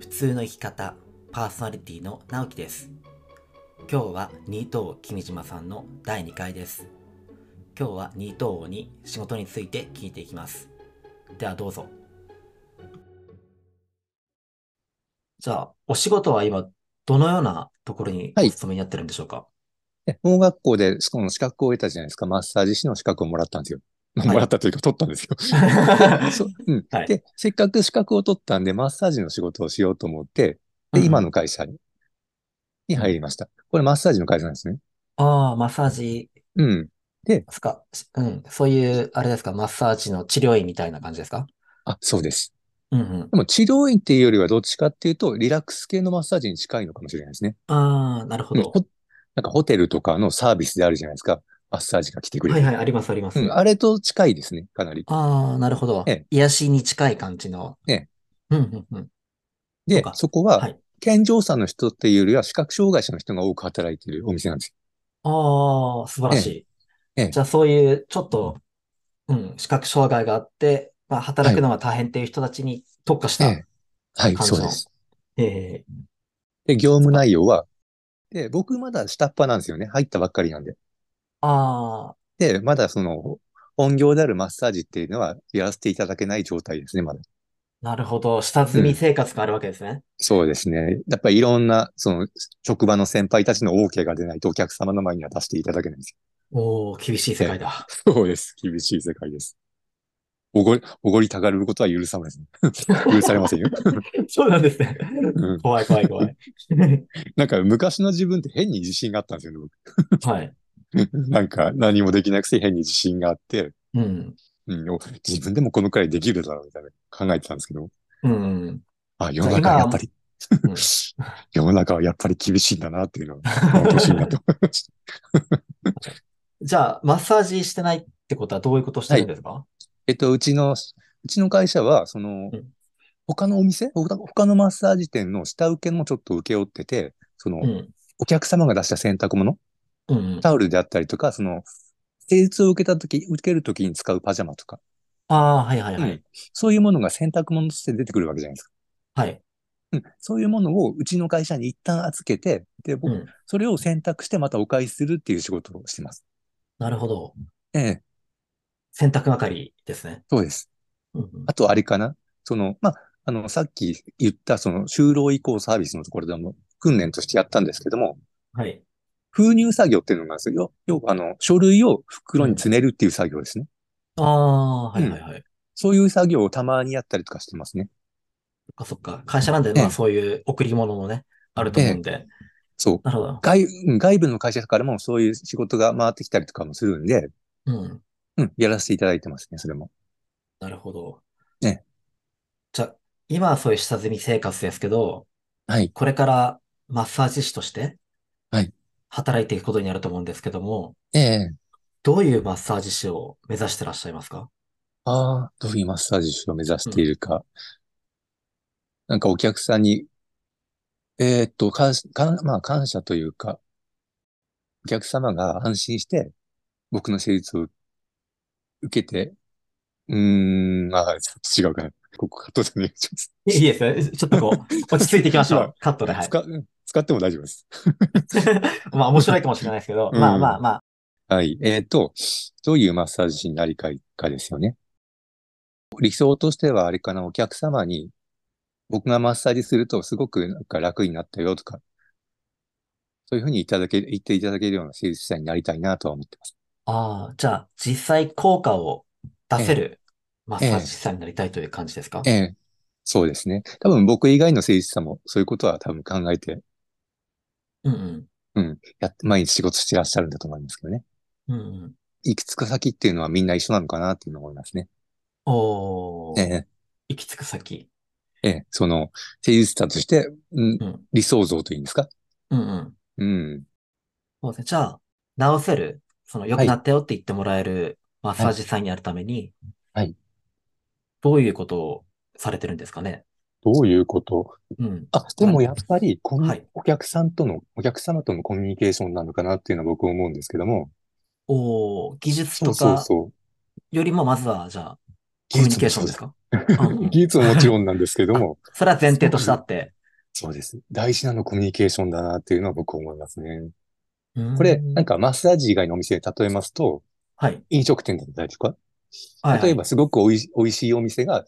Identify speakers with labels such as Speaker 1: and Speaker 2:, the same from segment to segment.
Speaker 1: 普通の生き方パーソナリティの直樹です今日は二等君島さんの第2回です今日は二等に仕事について聞いていきますではどうぞじゃあお仕事は今どのようなところにお
Speaker 2: はい
Speaker 1: 勤めになってるんでしょうか、
Speaker 2: え盲学校で、その資格を得たじゃないですか。マッサージ師の資格をもらったんですよ。
Speaker 1: い
Speaker 2: もらったというか、取ったんです よ。そううん
Speaker 1: はい
Speaker 2: で、せっかく資格を取ったんで、マッサージの仕事をしようと思って、で、 今の会社にに入りました。これマッサージの会社なんですね。
Speaker 1: ああマッサージ
Speaker 2: うん。
Speaker 1: ですかしうんそういうあれですかマッサージの治療院みたいな感じですか
Speaker 2: あ、そうです。
Speaker 1: うんうん
Speaker 2: でも治療院っていうよりは、どっちかっていうと、リラックス系のマッサージに近いのかもしれないですね。
Speaker 1: ああなるほ
Speaker 2: うん
Speaker 1: ど
Speaker 2: ほなんかホテルとかのサービスであるじゃないですか。マッサージが来てくれ
Speaker 1: はい
Speaker 2: る。
Speaker 1: はいありますあります
Speaker 2: うん、あれと近いですね、かなり。
Speaker 1: ああ、なるほど
Speaker 2: ええ。
Speaker 1: 癒しに近い感じの。
Speaker 2: ええ
Speaker 1: うんうんうん。そう
Speaker 2: で
Speaker 1: か、
Speaker 2: そこは
Speaker 1: はい、
Speaker 2: 健常者の人っていうよりは、視覚障害者の人が多く働いているお店なんです
Speaker 1: ああ、素晴らし
Speaker 2: えええ
Speaker 1: い。
Speaker 2: え
Speaker 1: じゃあそういうちょっと、うん、視覚障害があって、まあ、働くのが大変っていう人たちに特化し
Speaker 2: よ。
Speaker 1: た。
Speaker 2: はい、
Speaker 1: 感じ
Speaker 2: そう
Speaker 1: の
Speaker 2: です。
Speaker 1: ええ
Speaker 2: で、業務内容は、で、僕まだ下っ端なんですよね。入ったばっかりなんで。
Speaker 1: ああ、
Speaker 2: で、まだその、本業であるマッサージっていうのはやらせていただけない状態ですね、まだ。
Speaker 1: なるほど。下積み生活があるわけですね。
Speaker 2: そうですね。やっぱりいろんな、その、職場の先輩たちの OK が出ないとお客様の前には出していただけないんです
Speaker 1: おお、厳しい世界だ。
Speaker 2: よ。そうです。厳しい世界です。おごり、おごりたがることは許さません。 許されませんよ。
Speaker 1: そうなんですね。
Speaker 2: うん
Speaker 1: 怖い怖い怖 い。
Speaker 2: なんか昔の自分って変に自信があったんですよね、僕
Speaker 1: はい。
Speaker 2: なんか何もできなくて変に自信があって、
Speaker 1: うん。
Speaker 2: うん、お自分でもこのくらいできるだろうみたいな考えてたんですけど、
Speaker 1: うんうん。
Speaker 2: あ、世の中はやっぱり、
Speaker 1: 今は
Speaker 2: 世の中はやっぱり厳しいんだなっていうのを、この年になって思いました。
Speaker 1: じゃあ、マッサージしてないってことはどういうことしてるんですか
Speaker 2: えっと、うちの、うちの会社は、その
Speaker 1: うん、
Speaker 2: 他のお店他他のマッサージ店の下請けもちょっと請け負ってて、その
Speaker 1: う、ん。
Speaker 2: お客様が出した洗濯物、
Speaker 1: うんうん。
Speaker 2: タオルであったりとか、その、施術を受けたとき、受けるときに使うパジャマとか、
Speaker 1: ああ、はいはいは
Speaker 2: う
Speaker 1: い
Speaker 2: ん。そういうものが洗濯物として出てくるわけじゃないですか。
Speaker 1: はい。
Speaker 2: うん、そういうものをうちの会社に一旦預けて、で、僕、
Speaker 1: うん
Speaker 2: それを選択してまたお返しするっていう仕事をしてます。
Speaker 1: なるほど。
Speaker 2: ええ、
Speaker 1: 洗濯係ですね。
Speaker 2: そうです。
Speaker 1: うんうん
Speaker 2: あと、あれかなその、まあ、あの、さっき言った、その、就労移行サービスのところでも訓練としてやったんですけども、
Speaker 1: はい。
Speaker 2: 封入作業っていうのがあるんですよ。要は、あの、書類を袋に詰めるっていう作業ですね。
Speaker 1: ああ、はいはいはい。そっ
Speaker 2: そういう作業をたまにやったりとかしてますね。
Speaker 1: かそっか。会社なんで、
Speaker 2: ええ
Speaker 1: まあそういう贈り物もね、あると思うんで。
Speaker 2: そう。
Speaker 1: なるほど。
Speaker 2: 外、うん外部の会社からもそういう仕事が回ってきたりとかもするんで、
Speaker 1: うん。
Speaker 2: うん、やらせていただいてますね、それも。
Speaker 1: なるほど。
Speaker 2: ええ
Speaker 1: じゃあ、今はそういう下積み生活ですけど、
Speaker 2: はい。
Speaker 1: これからマッサージ師として
Speaker 2: はい
Speaker 1: 働いていくことになると思うんですけども、
Speaker 2: ええ。
Speaker 1: どういうマッサージ師を目指してらっしゃいますか
Speaker 2: ああ、どういうマッサージ師を目指しているか。なんかお客さんに、えーっと、感謝、感まあ感謝というか、お客様が安心して僕の施術を受けて、うーん、まあ、ちょっと違うかな。ここカットでお願いします。
Speaker 1: いいいですね。ちょっとこう、落ち着いていきまし ょう。カットで、はい。
Speaker 2: 使、使っても大丈夫です。
Speaker 1: まあ面白いかもしれないですけど、
Speaker 2: うん
Speaker 1: まあまあまあ、
Speaker 2: はい。えーっと、どういうマッサージ師になりたいかですよね。理想としてはあれかな、お客様に、僕がマッサージするとすごくなんか楽になったよとか、そういうふうにいただけ、言っていただけるような施術者になりたいなとは思ってます。
Speaker 1: ああ、じゃあ実際効果を出せるマッサージ師さんになりたいという感じですか
Speaker 2: ええ。そうですね。多分僕以外の施術者もそういうことは多分考えて、
Speaker 1: うんうん。
Speaker 2: やって、毎日仕事してらっしゃるんだと思いますけどね。
Speaker 1: うんうん。
Speaker 2: 行き着く先っていうのはみんな一緒なのかなっていうのを思いますね。
Speaker 1: お
Speaker 2: え
Speaker 1: ー、
Speaker 2: え。
Speaker 1: 行き着く先。
Speaker 2: ええ。その、施術者として、うん
Speaker 1: うん、
Speaker 2: 理想像というんですか
Speaker 1: うんうん。
Speaker 2: うん。
Speaker 1: そうですね。じゃあ、直せる、その良くなったよって言ってもらえるマッサージ師さんになるために
Speaker 2: はい、
Speaker 1: どういうことをされてるんですかね
Speaker 2: どういうこと
Speaker 1: うん。
Speaker 2: あ、でもやっぱりコミュ、
Speaker 1: はい
Speaker 2: お客さんとの、お客様とのコミュニケーションなのかなっていうのは僕思うんですけども、
Speaker 1: おー技術
Speaker 2: そう
Speaker 1: と
Speaker 2: そう
Speaker 1: か
Speaker 2: そう。
Speaker 1: よりもまずは、じゃあ、コ
Speaker 2: 技
Speaker 1: ミュニ
Speaker 2: 術
Speaker 1: ケー
Speaker 2: も
Speaker 1: ション
Speaker 2: そう
Speaker 1: で
Speaker 2: ですす。
Speaker 1: かうんうん
Speaker 2: 技術ももちろんなんですけども、
Speaker 1: それは前提と してあって。
Speaker 2: そうです。大事なのはコミュニケーションだなっていうのは僕思いますね。
Speaker 1: こ
Speaker 2: これ、なん、かマッサージ以外のお店で例えますと、
Speaker 1: はい。
Speaker 2: 飲食店だったりとか、
Speaker 1: はいはい
Speaker 2: 例えば、すごくおいし美味しいお店が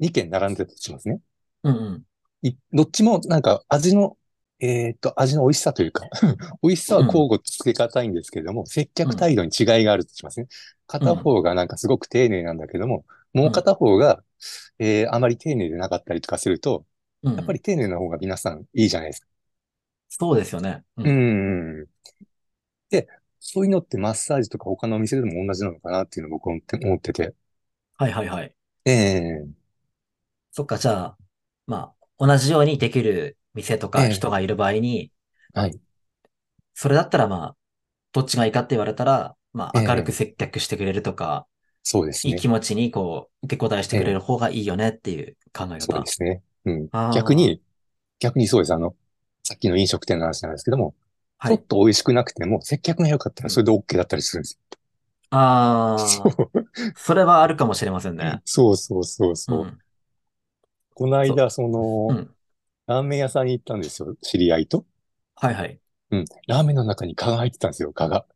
Speaker 2: 2軒並んでたとしますね。
Speaker 1: うんうん。
Speaker 2: いどっちもなんか味の、えーっと、味の美味しさというか、 美味しさは交互つけがたいんですけれども、接客態度に違いがあるとしますね。片方がなんかすごく丁寧なんだけども、もう片方が、えーあまり丁寧でなかったりとかすると、
Speaker 1: うんうん
Speaker 2: やっぱり丁寧な方が皆さんいいじゃないですか。
Speaker 1: そうですよね。う
Speaker 2: うんんうん。で、そういうのってマッサージとか他のお店でも同じなのかなっていうのを僕は思って思ってて。
Speaker 1: はいはいはい。
Speaker 2: ええ
Speaker 1: そっか、じゃあ、まあ、同じようにできる店とか
Speaker 2: ええ
Speaker 1: 人がいる場合に、
Speaker 2: はい。
Speaker 1: それだったらまあ、どっちがいいかって言われたら、まあ、
Speaker 2: ええ
Speaker 1: 明るく接客してくれるとか、
Speaker 2: そうです
Speaker 1: いい
Speaker 2: ね。
Speaker 1: 気持ちにこう、受け答えしてくれる方がいいよねっていう考え
Speaker 2: そう
Speaker 1: 方
Speaker 2: で。すね。うん
Speaker 1: あー。
Speaker 2: 逆に、逆にそうです。あの、さっきの飲食店の話なんですけども、
Speaker 1: は
Speaker 2: ちょ
Speaker 1: い
Speaker 2: っ。と美味しくなくても、接客が良かった
Speaker 1: うん
Speaker 2: らそれで OK だったりするんです
Speaker 1: ああ、
Speaker 2: よ。
Speaker 1: それはあるかもしれませんね。
Speaker 2: そうそうそうそう。
Speaker 1: うん
Speaker 2: この間、その、
Speaker 1: うん。
Speaker 2: ラーメン屋さんに行ったんですよ。知り合いと。
Speaker 1: はいはい。
Speaker 2: うん。ラーメンの中に蚊が入ってたんですよ、蚊が。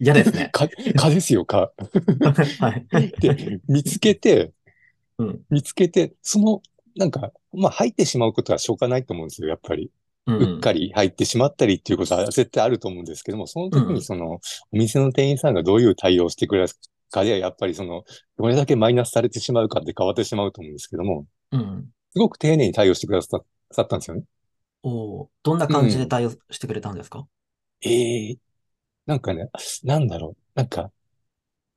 Speaker 1: 嫌ですね。
Speaker 2: 蚊、蚊ですよ、蚊。
Speaker 1: はい。
Speaker 2: で、見つけて、
Speaker 1: うん
Speaker 2: 見つけて、その、なんか、まあ入ってしまうことはしょうがないと思うんですよ、やっぱり。
Speaker 1: うん
Speaker 2: うっかり入ってしまったりっていうことは絶対あると思うんですけども、その時
Speaker 1: うん
Speaker 2: にその、お店の店員さんがどういう対応をしてくれるかでは、やっぱりその、どれだけマイナスされてしまうかって変わってしまうと思うんですけども、
Speaker 1: うん。
Speaker 2: すごく丁寧に対応してくだささったんですよね。
Speaker 1: おお、どんな感じで対応してくれたんですか
Speaker 2: ええなんかね、なんだろう、なんか、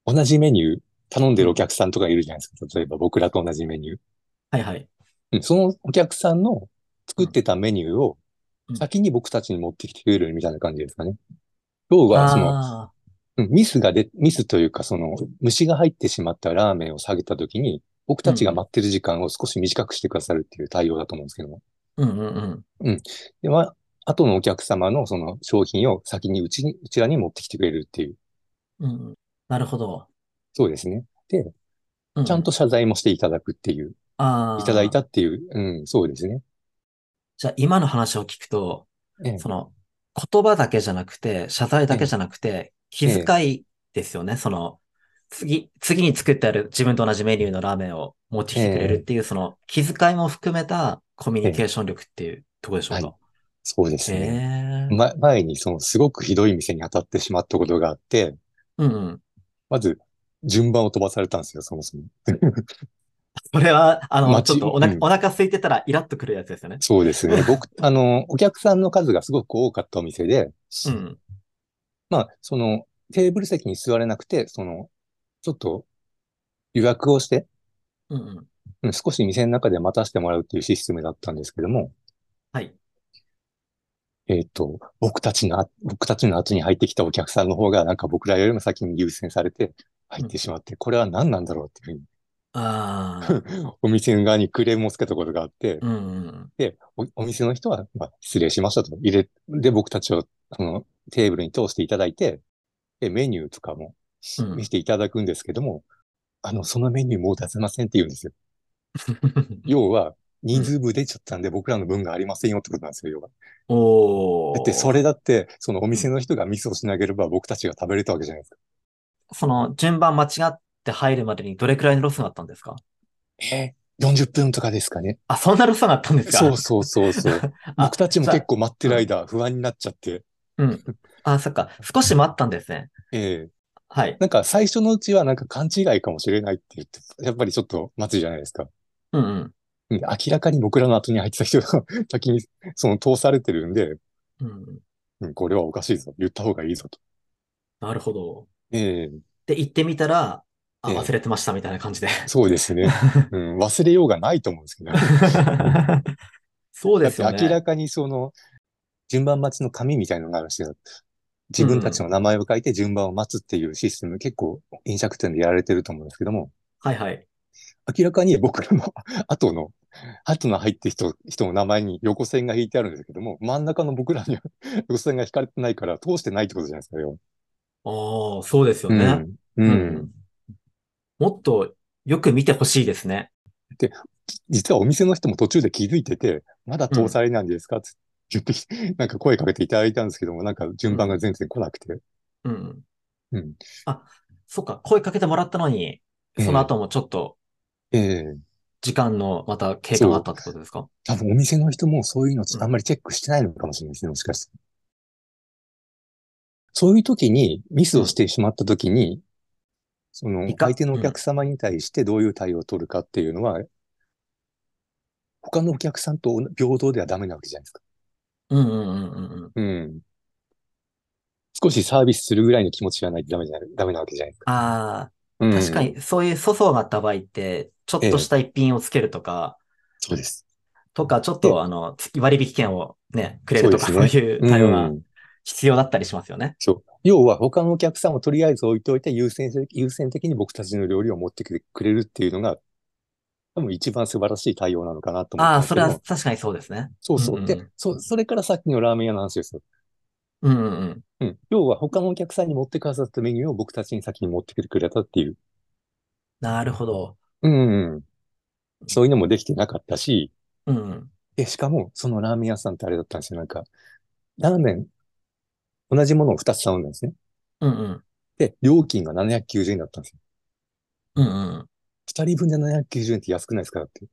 Speaker 2: 同じメニュー頼んでるお客さんとかいるじゃないですか。例えば僕らと同じメニュー。
Speaker 1: はいはい。
Speaker 2: うんそのお客さんの作ってたメニューを
Speaker 1: うん
Speaker 2: 先に僕たちに持ってきてくれるみたいな感じですかね。要は、その、
Speaker 1: あ
Speaker 2: うんミスがで、ミスというか、その、虫が入ってしまったラーメンを下げたときに、僕たちが待ってる時間を少し短くしてくださるっていう対応だと思うんですけども。
Speaker 1: あ、うんうんうん。
Speaker 2: で、まあ、後のお客様のその商品を先にうちに、うちらに持ってきてくれるっていう。
Speaker 1: うんうん、なるほど。
Speaker 2: そうですね。
Speaker 1: う
Speaker 2: ちゃんと謝罪もしていただくっていう、
Speaker 1: ああ、
Speaker 2: いただいた。っていう、うん、そうですね。
Speaker 1: じゃあ今の話を聞くと、
Speaker 2: ええ
Speaker 1: その言葉だけじゃなくて、謝罪だけじゃなくて、気遣いですよね。その、次、次に作ってある自分と同じメニューのラーメンを持ってきてくれるっていう、その気遣いも含めたコミュニケーション力っていうところでしょうか。
Speaker 2: そうです
Speaker 1: え
Speaker 2: ね。
Speaker 1: え
Speaker 2: ま、前にそのすごくひどい店に当たってしまったことがあって、
Speaker 1: うんうん。
Speaker 2: まず順番を飛ばされたんですよ、そもそも。
Speaker 1: これは、あの、
Speaker 2: 待
Speaker 1: ちょ
Speaker 2: ち
Speaker 1: っとお腹、
Speaker 2: うん
Speaker 1: お腹空いてたらイラッとくるやつですよね。
Speaker 2: そうで すね。僕、あの、お客さんの数がすごく多かったお店で、
Speaker 1: うん。
Speaker 2: まあ、その、テーブル席に座れなくて、その、ちょっと予約をして、
Speaker 1: うんうん。
Speaker 2: うん少し店の中で待たせてもらうっていうシステムだったんですけども、
Speaker 1: はい。
Speaker 2: えっと、僕たちのあ、僕たちの後に入ってきたお客さんの方が、なんか僕らよりも先に優先されて入ってしまって、これは何なんだろうっていう
Speaker 1: ああ。
Speaker 2: ふうに、お店側にクレームをつけたことがあって、
Speaker 1: うんうん。
Speaker 2: で、お、お店の人は、まあ、失礼しましたと入れ、で、僕たちを、あの、テーブルに通していただいて、で、メニューとかも
Speaker 1: うん
Speaker 2: 見せていただくんですけども、あの、そのメニューもう出せませんって言うんですよ。 要は、人数分出ちゃったんで僕らの分がありませんよってことなんですよ、要は。
Speaker 1: おお。
Speaker 2: だって、それだって、そのお店の人がミスをしなければ僕たちが食べれたわけじゃないですか。
Speaker 1: その、順番間違って入るまでにどれくらいのロスがあったんですか
Speaker 2: えー、40分とかですかね。
Speaker 1: あ、そんなロスがあったんですか
Speaker 2: そうそうそうそう。
Speaker 1: あ
Speaker 2: 僕たちも
Speaker 1: じゃあ
Speaker 2: 結構待ってる間、不安になっちゃって、
Speaker 1: うん。あ、そっか。少し待ったんですね。
Speaker 2: ええ
Speaker 1: はい。
Speaker 2: なんか最初のうちはなんか勘違いかもしれないって言って、やっぱりちょっと待つじゃないですか。
Speaker 1: うんうん。
Speaker 2: うん明らかに僕らの後に入ってた人が 先にその通されてるんで、
Speaker 1: うん。
Speaker 2: うんこれはおかしいぞ。言った方がいいぞと。
Speaker 1: なるほど。
Speaker 2: ええ
Speaker 1: で、行ってみたら、あ、
Speaker 2: ええ
Speaker 1: 忘れてましたみたいな感 じで。
Speaker 2: そうで すね、うん。忘れようがないと思うんですけど。
Speaker 1: そうですよ
Speaker 2: だって明
Speaker 1: ね
Speaker 2: ら。かにその、順番待ちの紙みたいのがあるんですよ。自分たちの名前を書いて順番を待つっていうシステム、結構飲食店でやられてると思うんですけども、
Speaker 1: はいはい。
Speaker 2: 明らかに僕らの 後の、後の入ってる人、人の名前に横線が引いてあるんですけども、真ん中の僕らには 横線が引かれてないから、通してないってことじゃないですかよ。
Speaker 1: ああ、そうですよ
Speaker 2: う
Speaker 1: ね。
Speaker 2: ん。うん。。
Speaker 1: もっとよく見てほしいですね。
Speaker 2: 実はお店の人も途中で気づいてて、まだ通されないんですかって言ってきて、なんか声かけていただいたんですけども、なんか順番が全然来なくて。
Speaker 1: うん。
Speaker 2: うん。
Speaker 1: そっか、声かけてもらったのに、その後もちょっと
Speaker 2: ええ
Speaker 1: 時間のまた経過があったってことですか
Speaker 2: 多分お店の人もそういうのあんまりチェックしてないのかもしれないですね、もしかして。そういう時に、ミスをしてしまった時に、その
Speaker 1: い、か
Speaker 2: 相手のお客様に対してどういう対応を取るかっていうのは、他のお客さんと平等ではダメなわけじゃないですか。
Speaker 1: うんうんうんうんうん。
Speaker 2: うん。少しサービスするぐらいの気持ちがないとダメじゃない、ダメなわけじゃないですか。
Speaker 1: あ
Speaker 2: う
Speaker 1: あ、
Speaker 2: ん
Speaker 1: 確か。にそういう粗相があった場合って、ちょっとした一品をつけるとか、
Speaker 2: そうです。
Speaker 1: とか、ちょっ
Speaker 2: え
Speaker 1: とあの、月割引券をね、くれるとか、
Speaker 2: そうです
Speaker 1: そういう対応
Speaker 2: う
Speaker 1: が
Speaker 2: ん
Speaker 1: 必要だったりしますよね。
Speaker 2: そう。要は他のお客さんをとりあえず置いておいて優先的、優先的に僕たちの料理を持ってきてくれるっていうのが、多分一番素晴らしい対応なのかなと思っ
Speaker 1: あ
Speaker 2: たん
Speaker 1: あ、
Speaker 2: です
Speaker 1: そ
Speaker 2: け
Speaker 1: れ
Speaker 2: ど
Speaker 1: は確かにそうですね。
Speaker 2: そうそう。
Speaker 1: うんうん
Speaker 2: で、そ、それからさっきのラーメン屋の話ですよ。
Speaker 1: うんうんうん。
Speaker 2: うん。要は他のお客さんに持ってかさったメニューを僕たちに先に持ってきてくれたっていう。
Speaker 1: なるほど。
Speaker 2: うん、うん。そういうのもできてなかったし、
Speaker 1: うんうん。
Speaker 2: で、しかも、そのラーメン屋さんってあれだったんですよ。なんか、ラーメン、同じものを2つ頼んだんですね。
Speaker 1: うんうん。
Speaker 2: で、料金が790円だったんですよ。
Speaker 1: うんうん。
Speaker 2: 2人分で790円って安くないですかだって。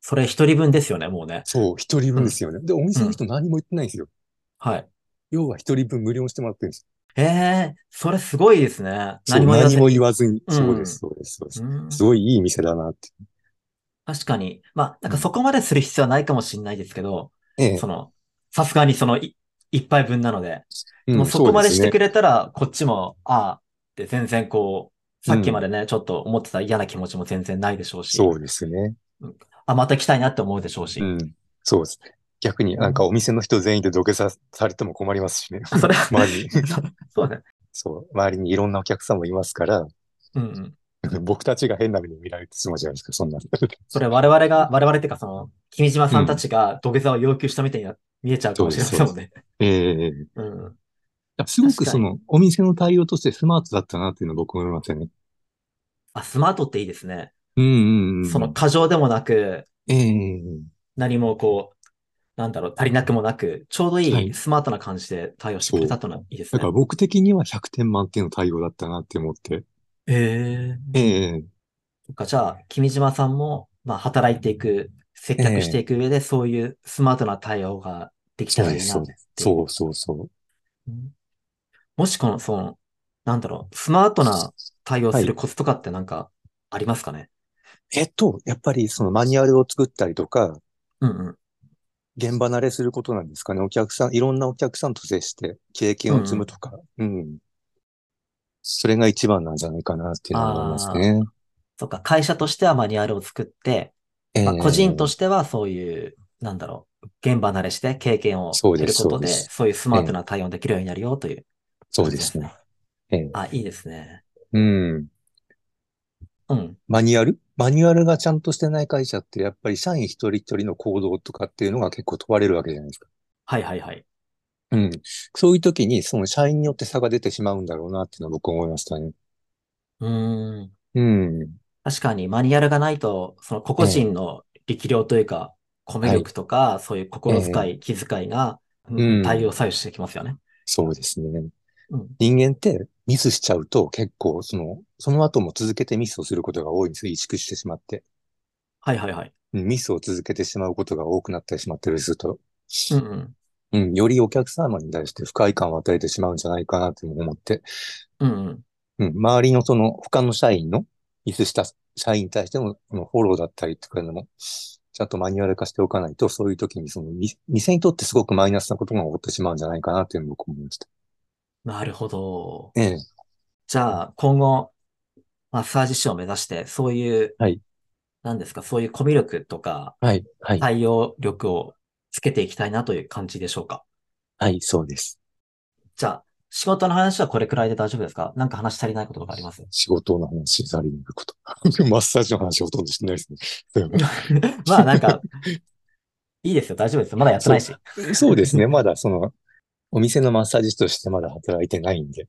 Speaker 1: それ一人分ですよね、もうね。
Speaker 2: そう、一人分ですよね。で、お店の人何も言ってないんですよ。
Speaker 1: はい。
Speaker 2: 要は一人分無料にしてもらってるんです。
Speaker 1: ええ、それすごいですね。何も言わ
Speaker 2: そう何
Speaker 1: ず
Speaker 2: も
Speaker 1: に。
Speaker 2: 言わずに。
Speaker 1: うん
Speaker 2: そうです、そうです、そうです。
Speaker 1: うん
Speaker 2: すごいいい店だなって。
Speaker 1: 確かに。まあ、なんかそこまでする必要はないかもしれないですけど、
Speaker 2: ええ
Speaker 1: その、さすがにそのい一杯分なので、
Speaker 2: うん
Speaker 1: もうそこまでしてく
Speaker 2: れ。
Speaker 1: れたら、こっちも、ああ、って全然こう、さっきまでね、ちょっと思ってた嫌な気持ちも全然ないでしょうし、
Speaker 2: そうですね。
Speaker 1: あ、また来たいなって思うでしょうし
Speaker 2: う、ん。そうですね。逆になんかお店の人全員で土下座されても困りますしね。
Speaker 1: それは
Speaker 2: 周りに。
Speaker 1: そうね。
Speaker 2: そう。周りにいろんなお客さんもいますから、
Speaker 1: うんうん。
Speaker 2: 僕たちが変な目に見られてしまうじゃないですか、そんな。
Speaker 1: それ我々が、我々っていうかその、君島さんたちが土下座を要求したみたいにな見えちゃうかもしれませんもんね。
Speaker 2: ええ
Speaker 1: うん。
Speaker 2: すごくその、お店の対応としてスマートだったなっていうのは僕も思いますよね。
Speaker 1: あ、スマートっていいですね。
Speaker 2: うんうんうん。
Speaker 1: その、過剰でもなく、
Speaker 2: ええ
Speaker 1: 何もこう、なんだろう、足りなくもなく、ちょうどい
Speaker 2: はいい
Speaker 1: スマートな感じで対応してくれたとのはいいです
Speaker 2: だ
Speaker 1: ね
Speaker 2: から。僕的には100点満点の対応だったなって思って。
Speaker 1: ええ
Speaker 2: ええ
Speaker 1: そっか、じゃあ、君島さんも、まあ、働いていく、接客していく上で、そういうスマートな対応ができたらいいな
Speaker 2: そう
Speaker 1: って
Speaker 2: で。そうそうそう。
Speaker 1: うんもしこの、その、なんだろう、スマートな対応するコツとかってなんかありますかね
Speaker 2: えっと、やっぱりそのマニュアルを作ったりとか、
Speaker 1: うんうん。
Speaker 2: 現場慣れすることなんですかね。お客さん、いろんなお客さんと接して経験を積むとか。うん、それが一番なんじゃないかなっていうのは思いますね。
Speaker 1: そっか、会社としてはマニュアルを作って、まあ、個人と
Speaker 2: して。
Speaker 1: してはそういう、なんだろう、現場慣れして経験を
Speaker 2: そう
Speaker 1: 得
Speaker 2: で
Speaker 1: る
Speaker 2: す
Speaker 1: こと
Speaker 2: そうで
Speaker 1: で、
Speaker 2: す
Speaker 1: そういうスマートな対応できるようになるよという
Speaker 2: そうですね。ええ
Speaker 1: あ、いいですね。
Speaker 2: うん。
Speaker 1: うん。
Speaker 2: マニュアルマニュアルがちゃんとしてない会社って、やっぱり社員一人一人の行動とかっていうのが結構問われるわけじゃないですか。
Speaker 1: はいはいはい。
Speaker 2: うん。そういう時に、その社員によって差が出てしまうんだろうなっていうのは僕思いましたね。
Speaker 1: うーん。
Speaker 2: うん。
Speaker 1: 確かにマニュアルがないと、その個々人の力量というか、米力とか、そういう心遣い、気遣いが、
Speaker 2: うん
Speaker 1: 対応左右してきますよね。
Speaker 2: そうですね。
Speaker 1: うん。
Speaker 2: 人間ってミスしちゃうと結構、その、その後も続けてミスをすることが多いんですよ。萎縮してしまって。
Speaker 1: はいはいはい。
Speaker 2: うんミスを続けてしまうことが多くなったりしまったりすると、
Speaker 1: うんうん。
Speaker 2: うん、よりお客様に対して不快感を与えてしまうんじゃないかなって思って、
Speaker 1: うんうん。
Speaker 2: うん、周りのその他の社員のミスした社員に対してのこのフォローだったりとかいうのも、ちゃんとマニュアル化しておかないと、そういう時にそのみ店にとってすごくマイナスなことが起こってしまうんじゃないかなっていうのを僕思いました。
Speaker 1: なるほど。
Speaker 2: ええ。
Speaker 1: じゃあ、今後、マッサージ師を目指して、そういう、
Speaker 2: はい
Speaker 1: なんですか、そういうコミュ力とか、
Speaker 2: はい、はい、
Speaker 1: 対応力をつけていきたいなという感じでしょうか。
Speaker 2: はい、そうです。
Speaker 1: じゃあ、仕事の話はこれくらいで大丈夫ですかなんか話し足りないこととかあります
Speaker 2: 仕事の話、ザリングこと。 マッサージの話ほとんどしてないですね。
Speaker 1: まあなんか、いいですよ、大丈夫ですよ。まだやってないし。
Speaker 2: そうですね。まだその、お店のマッサージ師としてまだ働いてないんで。